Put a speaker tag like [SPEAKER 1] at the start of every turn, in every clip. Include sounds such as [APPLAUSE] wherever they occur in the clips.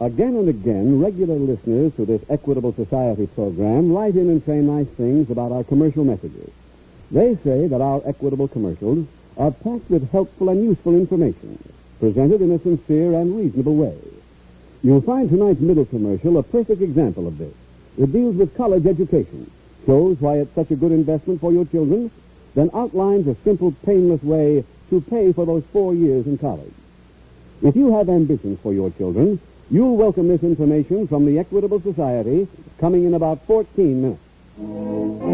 [SPEAKER 1] Again and again, regular listeners to this Equitable Society program write in and say nice things about our commercial messages. They say that our Equitable commercials are packed with helpful and useful information, presented in a sincere and reasonable way. You'll find tonight's middle commercial a perfect example of this. It deals with college education, shows why it's such a good investment for your children, then outlines a simple, painless way to pay for those four years in college. If you have ambitions for your children, you'll welcome this information from the Equitable Society coming in about 14 minutes.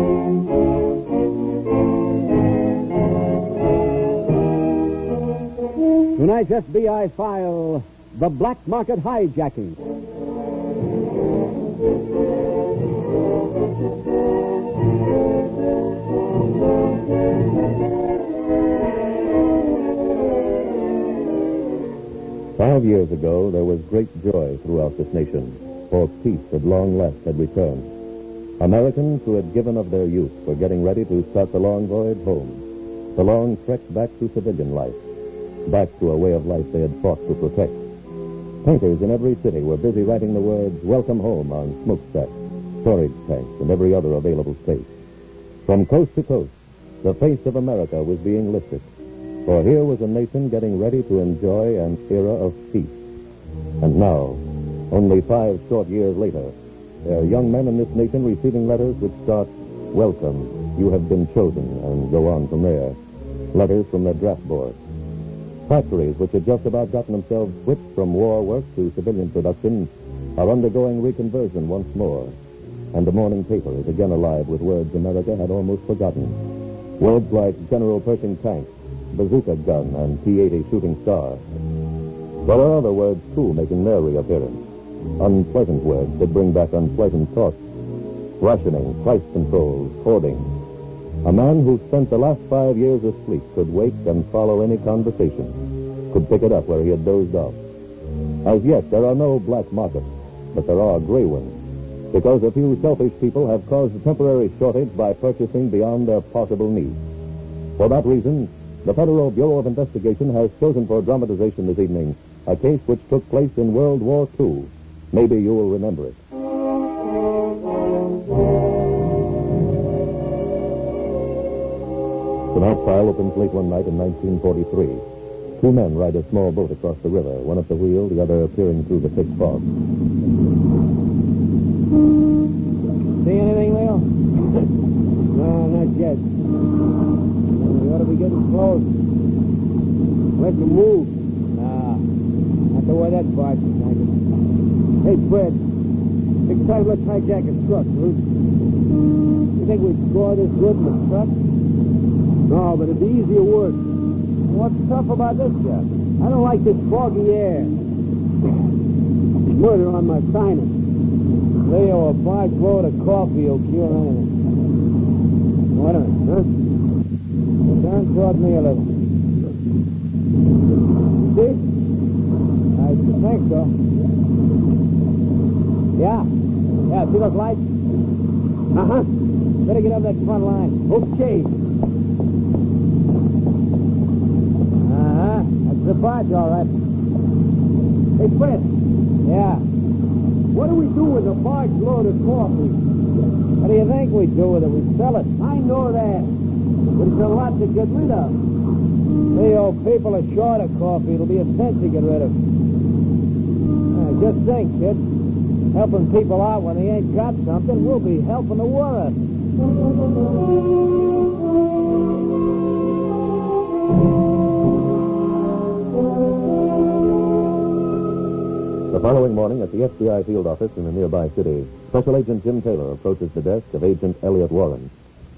[SPEAKER 1] Tonight's FBI file The Black Market Hijacking.
[SPEAKER 2] Five years ago, there was great joy throughout this nation, for peace at long last had returned. Americans who had given of their youth were getting ready to start the long voyage home, the long trek back to civilian life, back to a way of life they had fought to protect. Painters in every city were busy writing the words, Welcome Home, on smokestacks, storage tanks, and every other available space. From coast to coast, the face of America was being lifted. For here was a nation getting ready to enjoy an era of peace. And now, only five short years later, there are young men in this nation receiving letters which start, Welcome, you have been chosen, and go on from there. Letters from the draft board. Factories which had just about gotten themselves switched from war work to civilian production are undergoing reconversion once more. And the morning paper is again alive with words America had almost forgotten. Words like General Pershing tank, bazooka gun, and P-80 shooting star. There are other words, too, making their reappearance. Unpleasant words that bring back unpleasant thoughts. Rationing, price controls, hoarding. A man who spent the last five years asleep could wake and follow any conversation, could pick it up where he had dozed off. As yet, there are no black markets, but there are gray ones, because a few selfish people have caused a temporary shortage by purchasing beyond their possible needs. For that reason, the Federal Bureau of Investigation has chosen for dramatization this evening a case which took place in World War II. Maybe you will remember it. Tonight's file opens late one night in 1943. Two men ride a small boat across the river, one at the wheel, the other peering through the thick fog.
[SPEAKER 1] See anything, Leo? no, not yet. We ought to be getting close. Let them move. Nah, not the way that barge is hanging. Hey, Fred, next time let's hijack a truck, Luke. You think we'd score this good in a truck? No, but it'd be easier work. What's tough about this job? I don't like this foggy air. Murder on my sinus. Leo, a barge load of coffee will cure anything. Wait a minute, huh? Turn toward me a little. See? I think so. Yeah. Yeah, see those lights? Uh-huh. Better get up that front line. Okay. Uh-huh. That's the barge, all right. Hey, Fred. Yeah. What do we do with the barge load of coffee? What do you think we do with it? We sell it. I know that. But it's a lot to get rid of. Leo, people are short of coffee. It'll be a cent to get rid of. Uh, just think, kid. Helping people out when they ain't got something, we'll be helping the world.
[SPEAKER 2] The following morning at the FBI field office in a nearby city, Special Agent Jim Taylor approaches the desk of Agent Elliot Warren.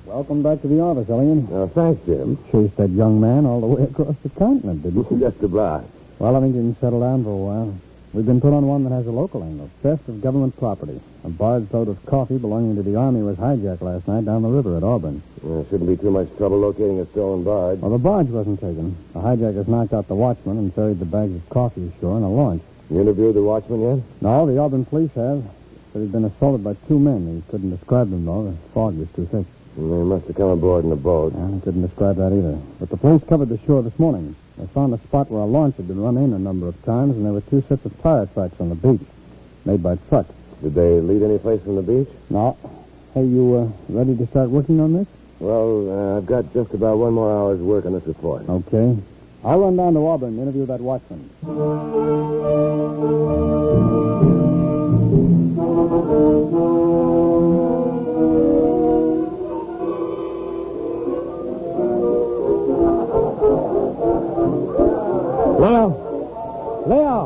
[SPEAKER 1] Welcome back to the office, Elliot.
[SPEAKER 2] Now, Uh, thanks, Jim.
[SPEAKER 1] Chased that young man all the way across the continent, didn't you?
[SPEAKER 2] Just about.
[SPEAKER 1] Well, I think you can settle down for a while. We've been put on one that has a local angle. Theft of government property. A barge load of coffee belonging to the Army was hijacked last night down the river at Auburn.
[SPEAKER 2] Well, Uh, shouldn't be too much trouble locating a stolen barge.
[SPEAKER 1] Well, the barge wasn't taken. The hijackers knocked out the watchman and ferried the bags of coffee ashore in a launch.
[SPEAKER 2] You interviewed the watchman yet?
[SPEAKER 1] No, the Auburn police have. But he'd been assaulted by two men. He couldn't describe them, though. The fog was too thick.
[SPEAKER 2] Mm, They must have come aboard in a boat.
[SPEAKER 1] I couldn't describe that either. But the police covered the shore this morning. They found a spot where a launch had been run in a number of times, and there were two sets of tire tracks on the beach, made by trucks.
[SPEAKER 2] Did they lead any place from the beach?
[SPEAKER 1] Now, hey, you uh, ready to start working on this?
[SPEAKER 2] Well, uh, I've got just about one more hour's work on this report.
[SPEAKER 1] Okay. I'll run down to Auburn and interview that watchman.
[SPEAKER 3] Leo! Leo!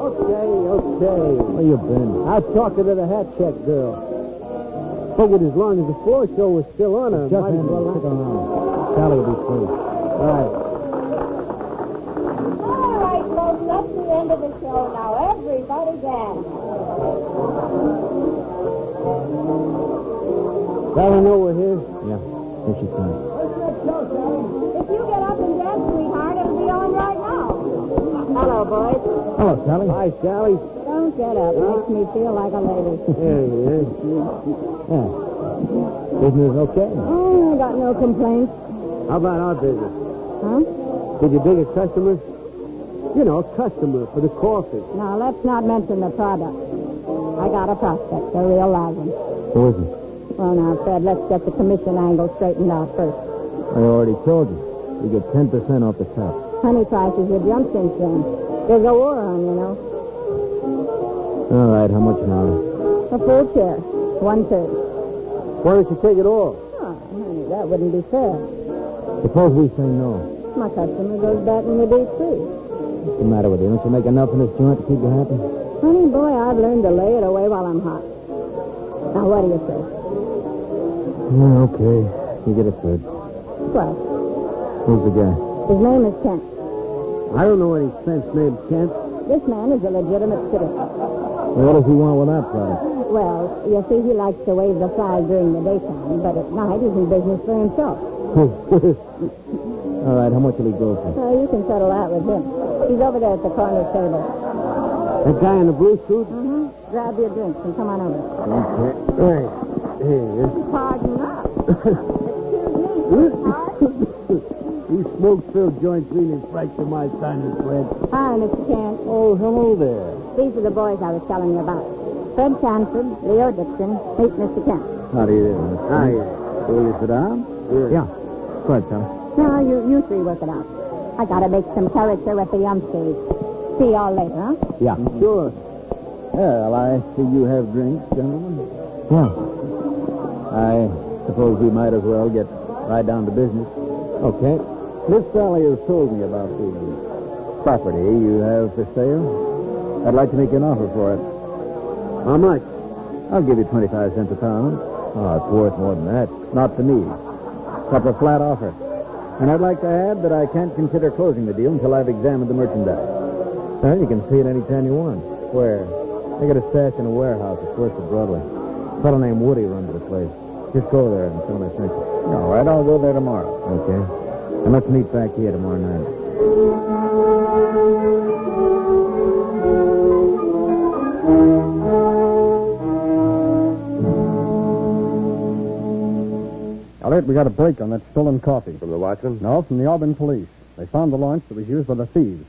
[SPEAKER 4] Okay, okay.
[SPEAKER 3] Where you been?
[SPEAKER 4] I was talking to the hat check girl. Figured as long as the floor show was still on, I
[SPEAKER 3] Just
[SPEAKER 4] might as
[SPEAKER 3] hand
[SPEAKER 4] well.
[SPEAKER 3] well, stick around. Sally will be through.
[SPEAKER 4] All right.
[SPEAKER 5] All right, folks, that's the end of the show now. Everybody dance.
[SPEAKER 4] Sally know we're here.
[SPEAKER 3] Yeah. Here she comes.
[SPEAKER 5] If you get up and dance, sweetheart, it'll be on right now. Hello, boys.
[SPEAKER 3] Hello, Sally.
[SPEAKER 4] Hi, Sally.
[SPEAKER 5] Don't get up. Makes me feel like a lady.
[SPEAKER 4] There he is.
[SPEAKER 3] Business okay?
[SPEAKER 5] Oh, I got no complaints.
[SPEAKER 4] How about our business?
[SPEAKER 5] Huh?
[SPEAKER 4] Did you dig a customer? You know, a customer for the coffee.
[SPEAKER 5] Now, let's not mention the product. I got a prospect, a real live one.
[SPEAKER 3] Who is it?
[SPEAKER 5] Well, now, Fred, let's get the commission angle straightened out first.
[SPEAKER 3] I already told you. You get 10% off the top.
[SPEAKER 5] Honey prices have jumped since then. There's a war on, you know.
[SPEAKER 3] All right, how much an hour?
[SPEAKER 5] A full chair, one third.
[SPEAKER 4] Why don't you take it all?
[SPEAKER 5] Oh, honey, that wouldn't be fair.
[SPEAKER 3] Suppose we say no.
[SPEAKER 5] My customer goes back in the deep free.
[SPEAKER 3] What's the matter with you? Don't you make enough in this joint to keep you happy?
[SPEAKER 5] Honey, boy, I've learned to lay it away while I'm hot. Now, what do you say?
[SPEAKER 3] Yeah, okay. You get a third.
[SPEAKER 5] Well,
[SPEAKER 3] Who's the guy?
[SPEAKER 5] his name is Kent.
[SPEAKER 4] I don't know any fence named Kent.
[SPEAKER 5] This man is a legitimate citizen.
[SPEAKER 3] What does he want with that product? [LAUGHS]
[SPEAKER 5] Well, you see, he likes to wave the flag during the daytime, but at night he's in business for himself.
[SPEAKER 3] All right, how much will he go for?
[SPEAKER 5] Now, you can settle that with him. He's over there at the corner table.
[SPEAKER 4] That guy in the blue suit?
[SPEAKER 5] Mm-hmm. Grab your drinks and come on over.
[SPEAKER 4] Right. Here
[SPEAKER 5] Pardon us.
[SPEAKER 3] [LAUGHS]
[SPEAKER 5] Excuse me, sweetheart.
[SPEAKER 4] You smoke-filled joints mean a fraction of my sinus, Fred.
[SPEAKER 5] Hi, Mr. Kent.
[SPEAKER 4] Oh, hello there.
[SPEAKER 5] These are the boys I was telling you about. Fred Sanford, Leo Dixon, meet Mr. Kent.
[SPEAKER 3] How do you do?
[SPEAKER 4] Hi.
[SPEAKER 3] Will you sit down? Yeah. Go ahead, Sally.
[SPEAKER 5] Now, you, you three work it out. I gotta make some character with the youngsters. See y'all later, huh?
[SPEAKER 3] Yeah.
[SPEAKER 4] Sure.
[SPEAKER 3] Well, I see you have drinks, gentlemen. Yeah. I suppose we might as well get right down to business. Okay. Miss Sally has told me about the property you have for sale. I'd like to make you an offer for it.
[SPEAKER 4] How much?
[SPEAKER 3] I'll give you 25 cents a pound. Oh, it's worth more than that. Not to me. That's a flat offer. And I'd like to add that I can't consider closing the deal until I've examined the merchandise. Well, you can see it any time you want. Where? They got a stash in a warehouse at First of Broadway. A fellow named Woody runs the place. Just go there and tell him I sent you. All right, I'll go there tomorrow. Okay. And let's meet back here tomorrow night.
[SPEAKER 1] Elliot, we got a break on that stolen coffee.
[SPEAKER 2] From the watchman?
[SPEAKER 1] No, from the Auburn police. They found the launch that was used by the thieves.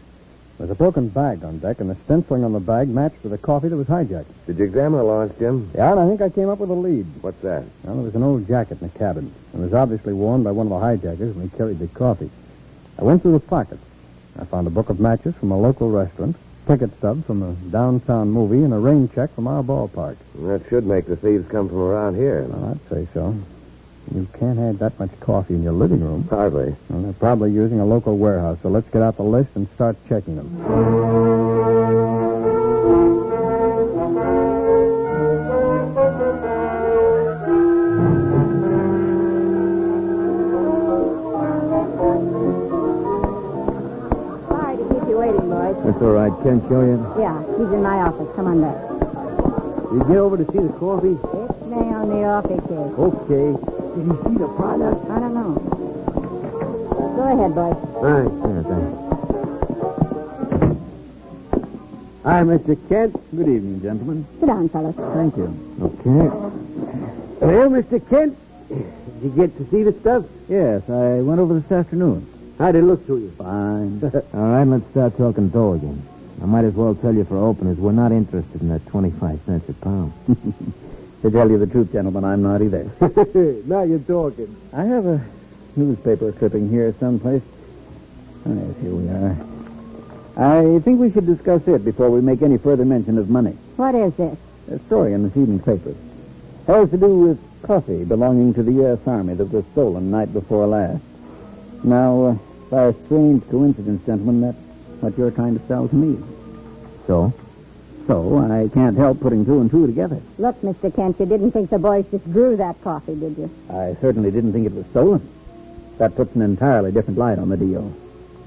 [SPEAKER 1] There's a broken bag on deck, and the stenciling on the bag matched with the coffee that was hijacked.
[SPEAKER 2] Did you examine the launch, Jim?
[SPEAKER 1] Yeah, and I think I came up with a lead.
[SPEAKER 2] What's that?
[SPEAKER 1] Well, there was an old jacket in the cabin. It was obviously worn by one of the hijackers when he carried the coffee. I went through the pockets. I found a book of matches from a local restaurant, ticket stub from a downtown movie, and a rain check from our ballpark.
[SPEAKER 2] That should make the thieves come from around here.
[SPEAKER 1] Well, I'd say so. You can't have that much coffee in your living room.
[SPEAKER 2] Hardly.
[SPEAKER 1] Well, they're probably using a local warehouse, so let's get out the list and start checking them.
[SPEAKER 5] That's all right. Ken Killian.
[SPEAKER 3] Yeah, he's in my office. Come on back.
[SPEAKER 5] Did you get over to see the coffee?
[SPEAKER 3] It's now in the office here.
[SPEAKER 5] Okay. Did you see the product?
[SPEAKER 3] I don't know. Go ahead, boy.
[SPEAKER 5] Thanks. Yeah, thanks.
[SPEAKER 1] Hi, Mr. Kent.
[SPEAKER 5] Good evening, gentlemen.
[SPEAKER 3] Sit down, fellas.
[SPEAKER 5] Thank you. Okay.
[SPEAKER 6] Well, Mr. Kent, did you get to see the stuff?
[SPEAKER 5] Yes, I went over this afternoon.
[SPEAKER 6] How'd it look to you?
[SPEAKER 5] Fine. [LAUGHS] All right, let's start talking dough again. I might as well tell you for openers, we're not interested in that 25 cents
[SPEAKER 6] [LAUGHS]
[SPEAKER 5] a pound.
[SPEAKER 1] To tell you the truth, gentlemen, I'm not either.
[SPEAKER 6] now you're talking.
[SPEAKER 1] I have a newspaper clipping here someplace. Oh, yes, here we are. I think we should discuss it before we make any further mention of money.
[SPEAKER 3] What is this?
[SPEAKER 1] A story in this evening's paper. Has to do with coffee belonging to the U.S. Army that was stolen night before last. Now, uh, by a strange coincidence, gentlemen, that's what you're trying to sell to me.
[SPEAKER 5] So?
[SPEAKER 1] So I can't help putting two and two together.
[SPEAKER 3] Look, Mr. Kent, you didn't think the boys just grew that coffee, did you?
[SPEAKER 1] I certainly didn't think it was stolen. That puts an entirely different light on the deal.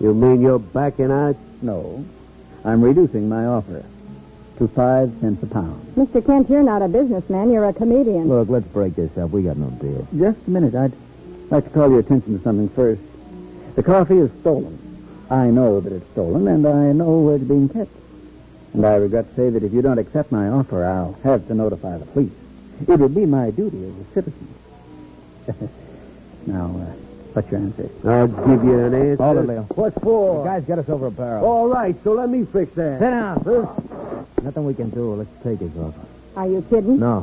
[SPEAKER 6] You mean you're backing out?
[SPEAKER 1] No, I'm reducing my offer to five cents a pound.
[SPEAKER 3] Mr. Kent, you're not a businessman. You're a comedian.
[SPEAKER 5] Look, let's break this up. We got no beer.
[SPEAKER 1] Just a minute. I'd like to call your attention to something first. The coffee is stolen. I know that it's stolen, and I know where it's being kept. And I regret to say that if you don't accept my offer, I'll have to notify the police. It would be my duty as a citizen. [LAUGHS] now, uh, what's your answer?
[SPEAKER 6] I'll give you an answer.
[SPEAKER 5] Hold it, Leo.
[SPEAKER 6] What uh, for?
[SPEAKER 5] guy's got us over a barrel.
[SPEAKER 6] All right, so let me fix that.
[SPEAKER 5] Sit down, Bruce. Nothing we can do. Let's take his offer.
[SPEAKER 3] Are you kidding?
[SPEAKER 5] No.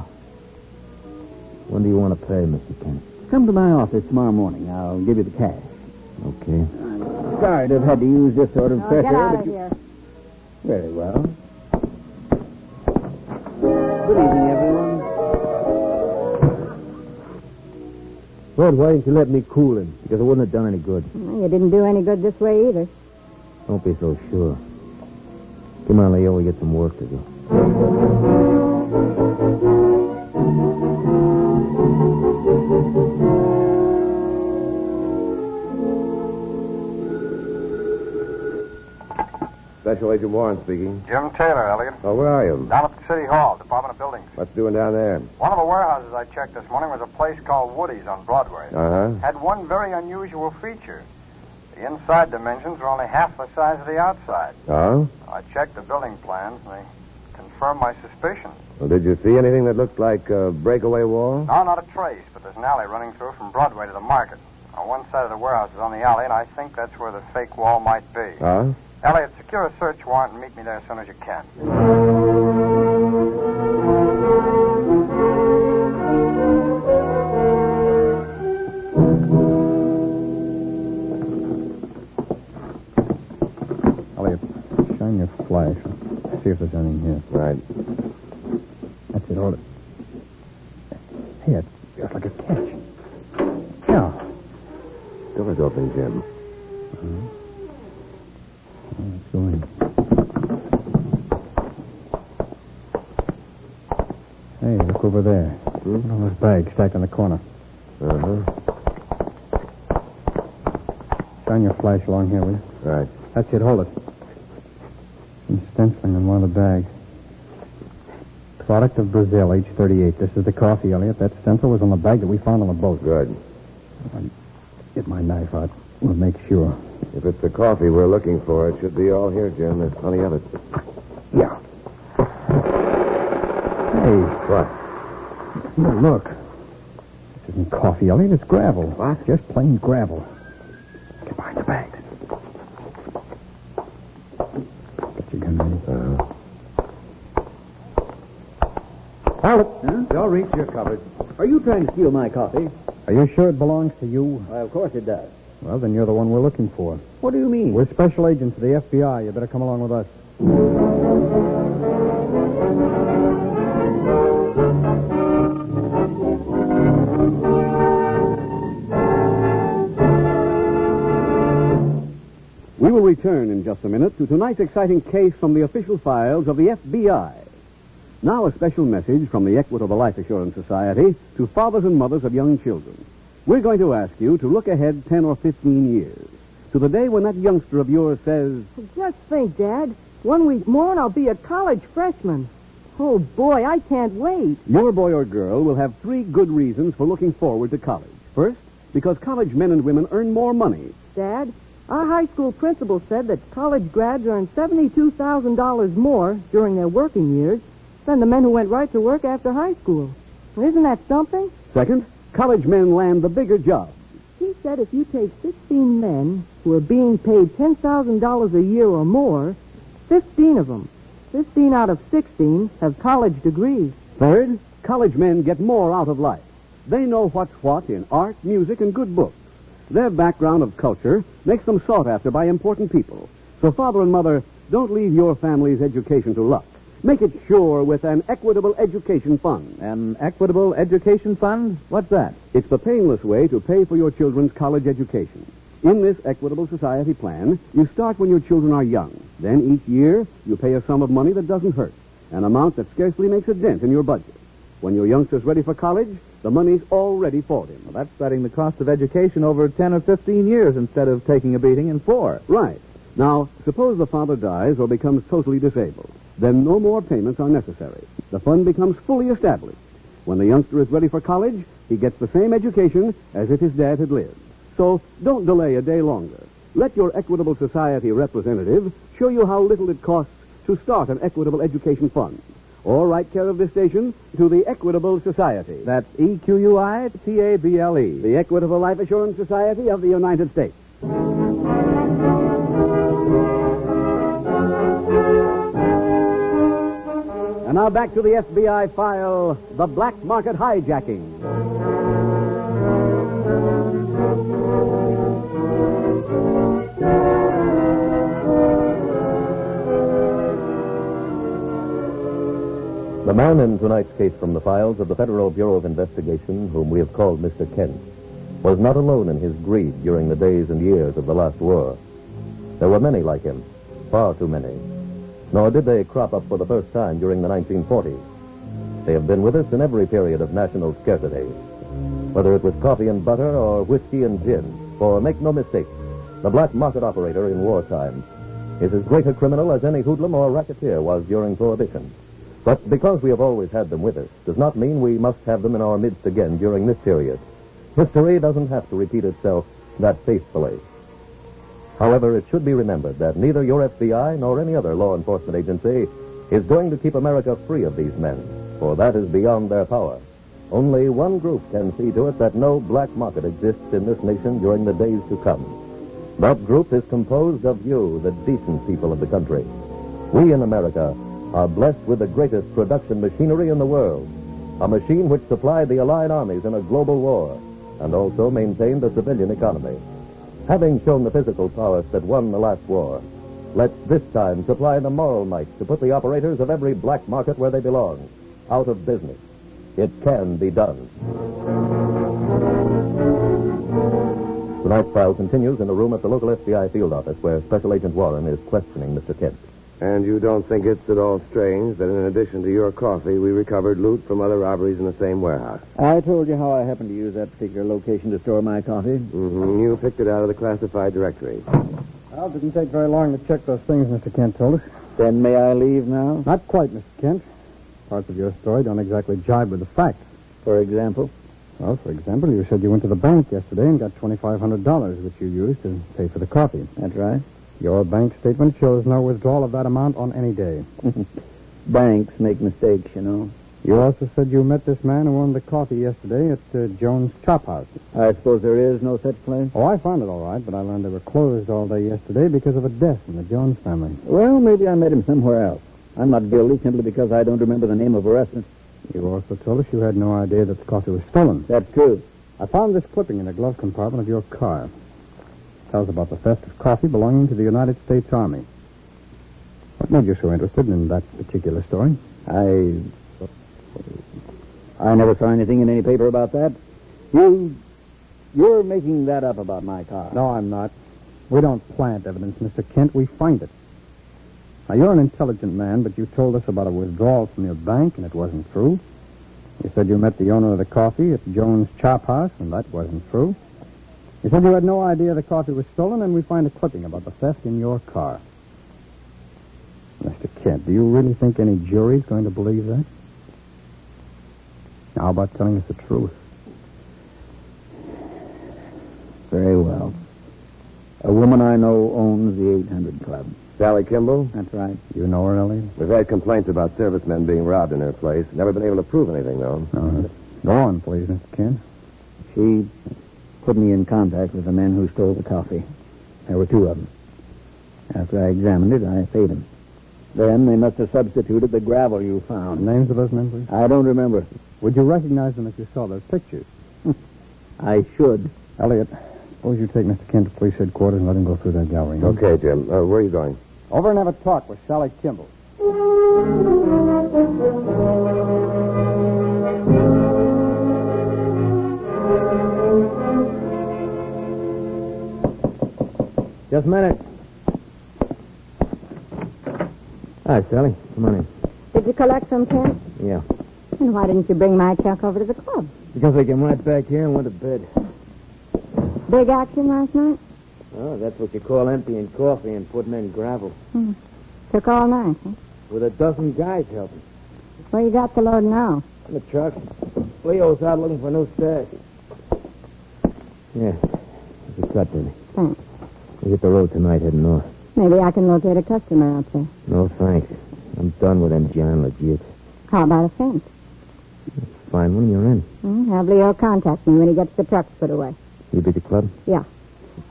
[SPEAKER 5] When do you want to pay, Mr. Kent?
[SPEAKER 1] Come to my office tomorrow morning. I'll give you the cash.
[SPEAKER 5] Okay.
[SPEAKER 1] Sorry to have had to use this sort of
[SPEAKER 3] Oh,
[SPEAKER 1] pressure.
[SPEAKER 3] get out
[SPEAKER 1] but
[SPEAKER 5] [LAUGHS]
[SPEAKER 3] of
[SPEAKER 1] you-
[SPEAKER 3] here.
[SPEAKER 1] Very well. Good evening, everyone.
[SPEAKER 6] Fred, why didn't you let me cool him?
[SPEAKER 5] Because it wouldn't have done any good.
[SPEAKER 3] Well, you didn't do any good this way either.
[SPEAKER 5] Don't be so sure. Come on, Leo. We got some work to do.
[SPEAKER 7] Special Agent Warren speaking.
[SPEAKER 8] Jim Taylor, Elliot.
[SPEAKER 7] Oh, where are you?
[SPEAKER 8] Down at the City Hall, Department of Buildings.
[SPEAKER 7] What's doing down there?
[SPEAKER 8] One of the warehouses I checked this morning was a place called Woody's on Broadway.
[SPEAKER 7] Uh huh.
[SPEAKER 8] Had one very unusual feature. The inside dimensions were only half the size of the outside.
[SPEAKER 7] Oh?
[SPEAKER 8] I checked the building plans, and they confirmed my suspicions.
[SPEAKER 7] Well, did you see anything that looked like a breakaway wall?
[SPEAKER 8] No, not a trace, but there's an alley running through from Broadway to the market. On one side of the warehouse is on the alley, and I think that's where the fake wall might be.
[SPEAKER 2] Uh.
[SPEAKER 7] Huh?
[SPEAKER 8] Elliot, secure a search warrant and meet me there as soon as you can.
[SPEAKER 1] Elliot, shine your flash. See if there's anything here.
[SPEAKER 7] Right.
[SPEAKER 1] That's it. Hold it. Hey, it's just like a catch. Yeah.
[SPEAKER 7] Door's open, Jim.
[SPEAKER 1] Let's go in. Hey, look over there.
[SPEAKER 5] Hmm?
[SPEAKER 1] One of those bags stacked in the corner.
[SPEAKER 7] Uh huh.
[SPEAKER 1] Shine your flash along here, will you?
[SPEAKER 7] Right.
[SPEAKER 1] That's it. Hold it. Some stenciling on one of the bags. Product of Brazil, age 38. This is the coffee, Elliot. That stencil was on the bag that we found on the boat.
[SPEAKER 7] Good.
[SPEAKER 1] Get my knife out. We'll make sure.
[SPEAKER 7] If it's the coffee we're looking for, it should be all here, Jim. There's plenty of it.
[SPEAKER 1] Yeah. Hey,
[SPEAKER 7] What?
[SPEAKER 1] no, look. This isn't coffee, Elliot. It's gravel. What? Just plain gravel. Get behind the bag. Get your gun ready.
[SPEAKER 6] Uh.
[SPEAKER 7] Uh-huh.
[SPEAKER 1] Hold it.
[SPEAKER 6] Don't reach your cupboard. Are you trying to steal my coffee?
[SPEAKER 1] Are you sure it belongs to you?
[SPEAKER 6] Why, of course it does.
[SPEAKER 1] Well, then you're the one we're looking for.
[SPEAKER 6] What do you mean?
[SPEAKER 1] We're special agents of the FBI. You better come along with us.
[SPEAKER 9] We will return in just a minute to tonight's exciting case from the official files of the FBI. Now, a special message from the Equitable Life Assurance Society to fathers and mothers of young children. We're going to ask you to look ahead 10 or 15 years.
[SPEAKER 10] to the day when that youngster of yours says,
[SPEAKER 3] Just think, Dad. One week more and I'll be a college freshman. Oh, boy, I can't wait.
[SPEAKER 10] Your boy or girl will have three good reasons for looking forward to college. First, because college men and women earn more money.
[SPEAKER 3] Dad, our high school principal said that college grads earn $72,000 more during their working years than the men who went right to work after high school. Isn't that something?
[SPEAKER 10] Second, college men land the bigger jobs.
[SPEAKER 3] He said if you take 16 men who are being paid $10,000 a year or more, 15 of them, 15 out of 16, have college degrees.
[SPEAKER 10] Third, college men get more out of life. They know what's what in art, music, and good books. Their background of culture makes them sought after by important people. So, father and mother, don't leave your family's education to luck. Make it sure with an equitable education fund.
[SPEAKER 11] An equitable education fund? What's that?
[SPEAKER 10] It's the painless way to pay for your children's college education. In this Equitable Society plan, you start when your children are young. Then each year, you pay a sum of money that doesn't hurt, an amount that scarcely makes a dent in your budget. When your youngster's ready for college, the money's all ready for him.
[SPEAKER 11] Well, that's setting the cost of education over 10 or 15 years instead of taking a beating in four.
[SPEAKER 10] Right. Now, suppose the father dies or becomes totally disabled. Then no more payments are necessary. The fund becomes fully established. When the youngster is ready for college, he gets the same education as if his dad had lived. So don't delay a day longer. Let your Equitable Society representative show you how little it costs to start an Equitable Education Fund. Or write care of this station to the Equitable Society.
[SPEAKER 11] That's E Q U I T A B L E.
[SPEAKER 10] The Equitable Life Assurance Society of the United States. And now back to the FBI file The Black Market Hijacking.
[SPEAKER 2] The man in tonight's case from the files of the Federal Bureau of Investigation, whom we have called Mr. Kent, was not alone in his greed during the days and years of the last war. There were many like him, far too many. Nor did they crop up for the first time during the 1940s. They have been with us in every period of national scarcity, whether it was coffee and butter or whiskey and gin. For make no mistake, the black market operator in wartime is as great a criminal as any hoodlum or racketeer was during Prohibition. But because we have always had them with us does not mean we must have them in our midst again during this period. History doesn't have to repeat itself that faithfully. However, it should be remembered that neither your FBI nor any other law enforcement agency is going to keep America free of these men, for that is beyond their power. Only one group can see to it that no black market exists in this nation during the days to come. That group is composed of you, the decent people of the country. We in America are blessed with the greatest production machinery in the world, a machine which supplied the Allied armies in a global war and also maintained a civilian economy. Having shown the physical prowess that won the last war, let's this time supply the moral might to put the operators of every black market where they belong, out of business. It can be done. Tonight's file continues in a room at the local FBI field office where Special Agent Warren is questioning Mr. Kent.
[SPEAKER 8] And you don't think it's at all strange that in addition to your coffee, we recovered loot from other robberies in the same warehouse?
[SPEAKER 11] I told you how I happened to use that particular location to store my coffee.
[SPEAKER 8] Mm-hmm. You picked it out of the classified directory.
[SPEAKER 1] Well, it didn't take very long to check those things Mr. Kent told us.
[SPEAKER 11] Then may I leave now?
[SPEAKER 1] Not quite, Mr. Kent. Parts of your story don't exactly jibe with the facts.
[SPEAKER 11] For example?
[SPEAKER 1] Well, for example, you said you went to the bank yesterday and got $2,500, which you used to pay for the coffee.
[SPEAKER 11] That's right.
[SPEAKER 1] Your bank statement shows no withdrawal of that amount on any day.
[SPEAKER 11] Banks make mistakes, you know.
[SPEAKER 1] You also said you met this man who owned the coffee yesterday at uh, Jones' Chop House.
[SPEAKER 11] I suppose there is no such place?
[SPEAKER 1] Oh, I found it all right, but I learned they were closed all day yesterday because of a death in the Jones family.
[SPEAKER 11] Well, maybe I met him somewhere else. I'm not guilty simply because I don't remember the name of a restaurant.
[SPEAKER 1] You also told us you had no idea that the coffee was stolen.
[SPEAKER 11] That's true.
[SPEAKER 1] I found this clipping in the glove compartment of your car tells about the theft of coffee belonging to the United States Army. What made you so interested in that particular story?
[SPEAKER 11] I. I never saw anything in any paper about that. You. You're making that up about my car.
[SPEAKER 1] No, I'm not. We don't plant evidence, Mr. Kent. We find it. Now, you're an intelligent man, but you told us about a withdrawal from your bank, and it wasn't true. You said you met the owner of the coffee at Jones' Chop House, and that wasn't true. You said you had no idea the coffee was stolen, and we find a clipping about the theft in your car. Mr. Kent, do you really think any jury's going to believe that? Now, how about telling us the truth?
[SPEAKER 2] Very well. A woman I know owns the 800 Club.
[SPEAKER 8] Sally Kimball?
[SPEAKER 2] That's right.
[SPEAKER 1] You know her, Elliot?
[SPEAKER 8] We've had complaints about servicemen being robbed in her place. Never been able to prove anything, though.
[SPEAKER 1] Uh, go on, please, Mr. Kent.
[SPEAKER 2] She put me in contact with the men who stole the coffee. There were two of them. After I examined it, I paid them. Then they must have substituted the gravel you found.
[SPEAKER 1] Names of those men, please?
[SPEAKER 2] I don't remember.
[SPEAKER 1] Would you recognize them if you saw those pictures?
[SPEAKER 2] I should.
[SPEAKER 1] Elliot, suppose you take Mr. Kent to police headquarters and let him go through that gallery. huh?
[SPEAKER 8] Okay, Jim. Uh, where are you going?
[SPEAKER 1] Over and have a talk with Sally Kimball.
[SPEAKER 2] Just a minute. Hi, Sally. Come on in.
[SPEAKER 3] Did you collect some, Kent?
[SPEAKER 2] Yeah.
[SPEAKER 3] And why didn't you bring my check over to the club?
[SPEAKER 2] Because I came right back here and went to bed.
[SPEAKER 3] Big action last night?
[SPEAKER 2] Oh, that's what you call emptying coffee and putting in gravel.
[SPEAKER 3] Hmm. Took all night, huh?
[SPEAKER 2] With a dozen guys helping.
[SPEAKER 3] Well, you got the load now.
[SPEAKER 2] In the truck. Leo's out looking for a new stash. Yeah. It's a cut, Denny.
[SPEAKER 3] Thanks.
[SPEAKER 2] We hit the road tonight heading north.
[SPEAKER 3] Maybe I can locate a customer out there.
[SPEAKER 2] No thanks. I'm done with them John legit.
[SPEAKER 3] How about a fence?
[SPEAKER 2] Fine one you're in.
[SPEAKER 3] Hmm, Have Leo contact me when he gets the trucks put away.
[SPEAKER 2] You be the club?
[SPEAKER 3] Yeah.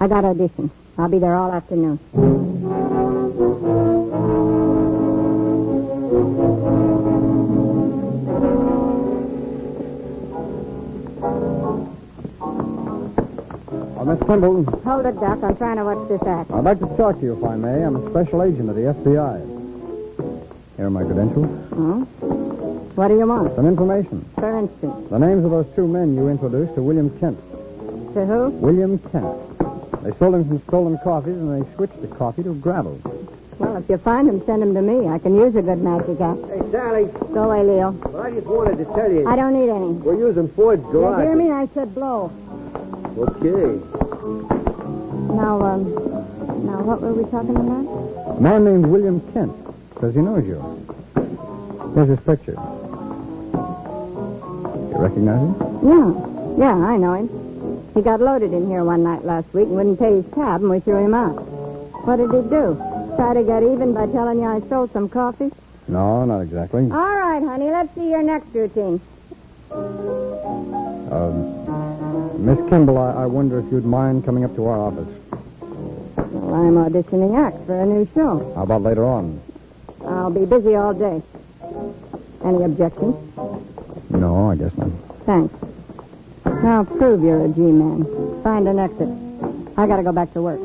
[SPEAKER 3] I got audition. I'll be there all afternoon.
[SPEAKER 1] Oh, Miss Kimball,
[SPEAKER 3] Hold it, Doc. I'm trying to watch this act.
[SPEAKER 1] I'd like to talk to you, if I may. I'm a special agent of the FBI. Here are my credentials.
[SPEAKER 3] Hmm? What do you want?
[SPEAKER 1] Some information.
[SPEAKER 3] For instance,
[SPEAKER 1] The names of those two men you introduced to William Kent.
[SPEAKER 3] to who?
[SPEAKER 1] William Kent. They sold him some stolen coffees, and they switched the coffee to gravel.
[SPEAKER 3] Well, if you find him, send him to me. I can use a good magic act.
[SPEAKER 12] Hey, Sally,
[SPEAKER 3] Go away, Leo.
[SPEAKER 12] I just wanted to tell you.
[SPEAKER 3] I don't need any.
[SPEAKER 12] We're using Ford's
[SPEAKER 3] You
[SPEAKER 12] garage.
[SPEAKER 3] hear me? I said blow.
[SPEAKER 12] Okay.
[SPEAKER 3] Now, um, now what were we talking about?
[SPEAKER 1] A man named William Kent says he knows you. Here's his picture. You recognize him?
[SPEAKER 3] Yeah, yeah, I know him. He got loaded in here one night last week and wouldn't pay his tab, and we threw him out. What did he do? Try to get even by telling you I stole some coffee?
[SPEAKER 1] No, not exactly.
[SPEAKER 3] All right, honey, let's see your next routine.
[SPEAKER 1] Um, Miss Kimball, I, I wonder if you'd mind coming up to our office.
[SPEAKER 3] Well, I'm auditioning acts for a new show.
[SPEAKER 1] How about later on?
[SPEAKER 3] I'll be busy all day. Any objections?
[SPEAKER 1] No, I guess not.
[SPEAKER 3] Thanks. Now prove you're a G-man. Find an exit. I gotta go back to work.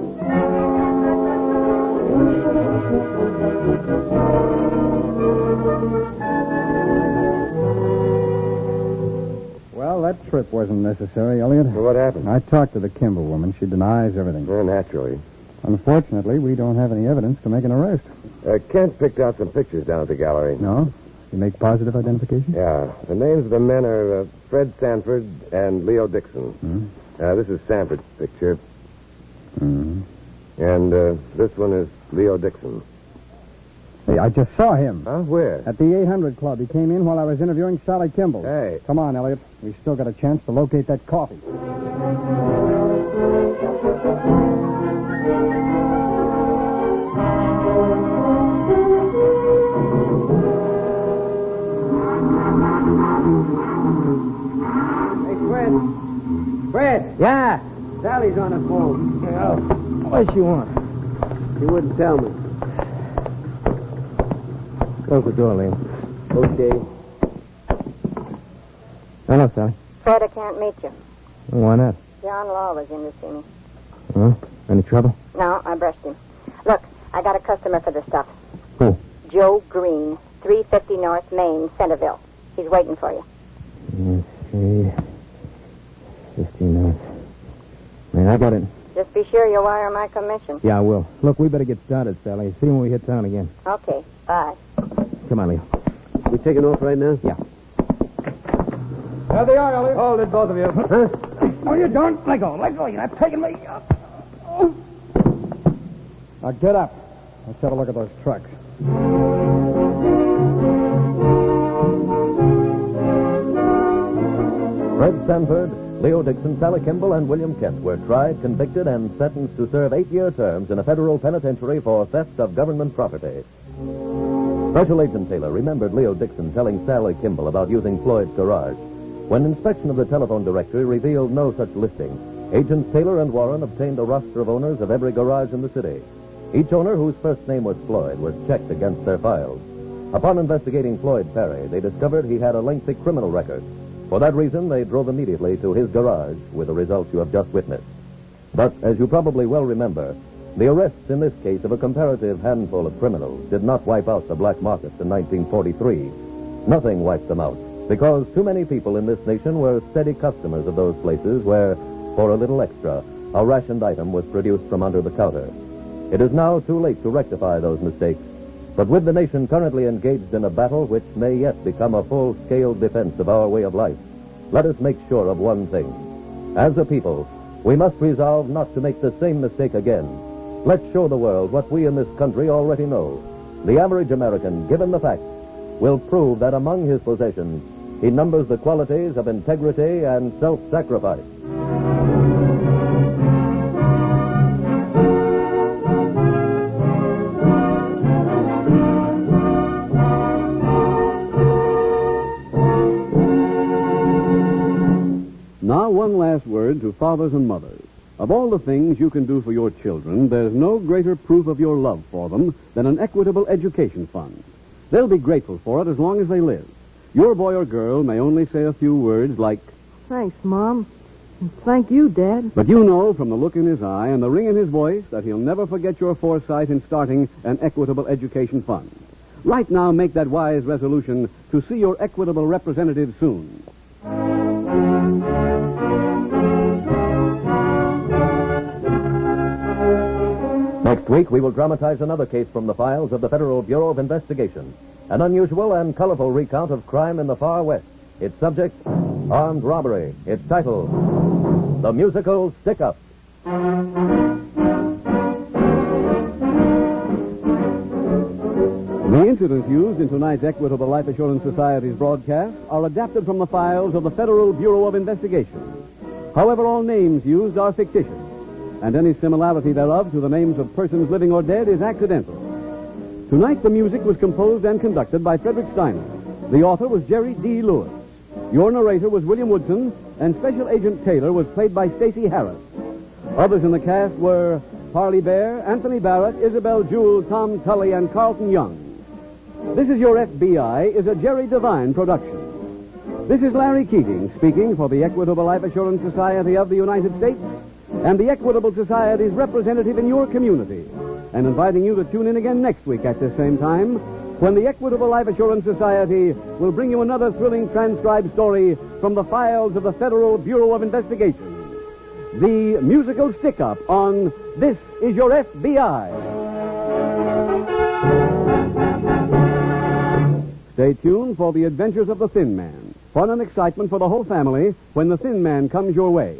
[SPEAKER 1] Well, that trip wasn't necessary, Elliot.
[SPEAKER 8] Well, what happened?
[SPEAKER 1] I talked to the Kimball woman. She denies everything.
[SPEAKER 8] Well, naturally.
[SPEAKER 1] Unfortunately, we don't have any evidence to make an arrest.
[SPEAKER 8] Uh, Kent picked out some pictures down at the gallery.
[SPEAKER 1] No? You make positive identification?
[SPEAKER 8] Yeah. The names of the men are uh, Fred Sanford and Leo Dixon.
[SPEAKER 1] Hmm.
[SPEAKER 8] Uh, this is Sanford's picture,
[SPEAKER 1] Mm.
[SPEAKER 8] and uh, this one is Leo Dixon.
[SPEAKER 1] Hey, I just saw him.
[SPEAKER 8] Huh? Where?
[SPEAKER 1] At the 800 Club. He came in while I was interviewing Sally Kimball.
[SPEAKER 8] Hey.
[SPEAKER 1] Come on, Elliot. We've still got a chance to locate that coffee.
[SPEAKER 12] Hey, Fred. Fred,
[SPEAKER 2] Yeah.
[SPEAKER 12] Sally's on the phone.
[SPEAKER 2] What does she want?
[SPEAKER 12] She wouldn't tell me.
[SPEAKER 2] Close the door, Liam.
[SPEAKER 12] Okay.
[SPEAKER 2] Hello, Sally.
[SPEAKER 3] Fred, I can't meet you.
[SPEAKER 2] Why not?
[SPEAKER 3] John Law was in to see me.
[SPEAKER 2] Huh? Any trouble?
[SPEAKER 3] No, I brushed him. Look, I got a customer for the stuff.
[SPEAKER 2] Who?
[SPEAKER 3] Joe Green, 350 North Main, Centerville. He's waiting for you.
[SPEAKER 2] Let's see. 15 minutes. Man, I got it.
[SPEAKER 3] Just be sure you wire my commission.
[SPEAKER 2] Yeah, I will. Look, we better get started, Sally. See you when we hit town again.
[SPEAKER 3] Okay, bye.
[SPEAKER 2] Come on, Leo.
[SPEAKER 12] We taking off right now?
[SPEAKER 2] Yeah.
[SPEAKER 1] There they are, Elliot.
[SPEAKER 12] Hold it, both of you. Huh?
[SPEAKER 13] No, you don't. Let go. Let go. You're not taking me.
[SPEAKER 14] Now get up. Let's have a look at those trucks.
[SPEAKER 2] Fred Sanford, Leo Dixon, Sally Kimball, and William Kent were tried, convicted, and sentenced to serve eight year terms in a federal penitentiary for theft of government property. Special Agent Taylor remembered Leo Dixon telling Sally Kimball about using Floyd's garage. When inspection of the telephone directory revealed no such listing, Agents Taylor and Warren obtained a roster of owners of every garage in the city. Each owner whose first name was Floyd was checked against their files. Upon investigating Floyd Perry, they discovered he had a lengthy criminal record. For that reason, they drove immediately to his garage with the results you have just witnessed. But, as you probably well remember, the arrests in this case of a comparative handful of criminals did not wipe out the black markets in 1943. Nothing wiped them out because too many people in this nation were steady customers of those places where, for a little extra, a rationed item was produced from under the counter. It is now too late to rectify those mistakes, but with the nation currently engaged in a battle which may yet become a full scale defense of our way of life, let us make sure of one thing. As a people, we must resolve not to make the same mistake again. Let's show the world what we in this country already know. The average American, given the facts, will prove that among his possessions, he numbers the qualities of integrity and self sacrifice.
[SPEAKER 1] Now, one last word to fathers and mothers. Of all the things you can do for your children, there's no greater proof of your love for them than an equitable education fund. They'll be grateful for it as long as they live. Your boy or girl may only say a few words like,
[SPEAKER 3] Thanks, Mom. And thank you, Dad.
[SPEAKER 1] but you know from the look in his eye and the ring in his voice that he'll never forget your foresight in starting an equitable education fund. Right now, make that wise resolution to see your equitable representative soon.
[SPEAKER 2] Next week, we will dramatize another case from the files of the Federal Bureau of Investigation. An unusual and colorful recount of crime in the far west. Its subject, armed robbery. Its title, The Musical Stick Up.
[SPEAKER 1] The incidents used in tonight's Equitable Life Assurance Society's broadcast are adapted from the files of the Federal Bureau of Investigation. However, all names used are fictitious, and any similarity thereof to the names of persons living or dead is accidental. Tonight, the music was composed and conducted by Frederick Steiner. The author was Jerry D. Lewis. Your narrator was William Woodson, and Special Agent Taylor was played by Stacy Harris. Others in the cast were Parley Bear, Anthony Barrett, Isabel Jewell, Tom Tully, and Carlton Young. This is Your FBI is a Jerry Devine production. This is Larry Keating speaking for the Equitable Life Assurance Society of the United States and the Equitable Society's representative in your community, and inviting you to tune in again next week at this same time when the Equitable Life Assurance Society will bring you another thrilling transcribed story from the files of the Federal Bureau of Investigation. The musical stick up on This Is Your FBI. Stay tuned for the adventures of the Thin Man. Fun and excitement for the whole family when the Thin Man comes your way.